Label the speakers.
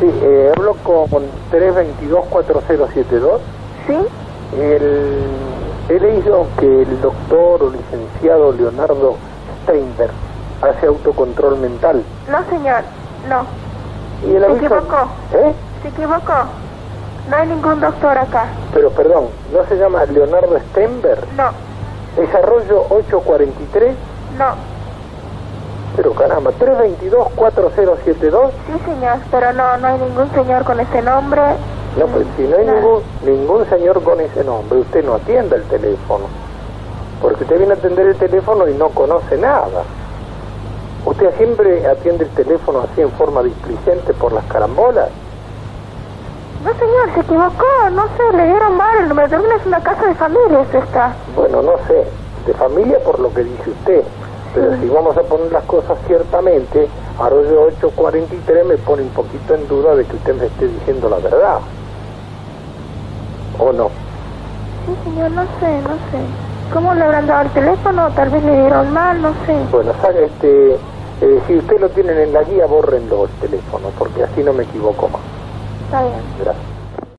Speaker 1: Sí, eh, hablo con 322-4072.
Speaker 2: ¿Sí?
Speaker 1: El- He leído que el doctor o licenciado Leonardo Steinberg hace autocontrol mental.
Speaker 2: No, señor. No.
Speaker 1: Y el
Speaker 2: Se
Speaker 1: aviso-
Speaker 2: equivocó.
Speaker 1: ¿Eh?
Speaker 2: Se equivocó. No hay ningún doctor acá.
Speaker 1: Pero perdón, ¿no se llama Leonardo Steinberg?
Speaker 2: No.
Speaker 1: Desarrollo 843,
Speaker 2: No.
Speaker 1: pero caramba, 322-4072.
Speaker 2: Sí, señor. Pero no, no hay ningún señor con ese nombre.
Speaker 1: No, pues si no hay
Speaker 2: Nada.
Speaker 1: ningún, ningún señor con ese nombre, usted no atienda el teléfono. Porque usted viene a atender el teléfono y no conoce nada. Usted siempre atiende el teléfono así en forma displicente por las carambolas.
Speaker 2: No, señor. Se equivocó. No sé. Le dieron mal el número. También es una casa de este familias esta.
Speaker 1: Bueno, no sé, de familia por lo que dice usted. Pero si vamos a poner las cosas ciertamente, Arroyo 843 me pone un poquito en duda de que usted me esté diciendo la verdad. ¿O no?
Speaker 2: Sí, señor. No sé. No sé. ¿Cómo le habrán dado el teléfono? Tal vez le dieron mal. No sé.
Speaker 1: Bueno, sabe, este, eh, si usted lo tienen en la guía, bórrenlo el teléfono, porque así no me equivoco más.
Speaker 2: Está bien.
Speaker 1: Gracias.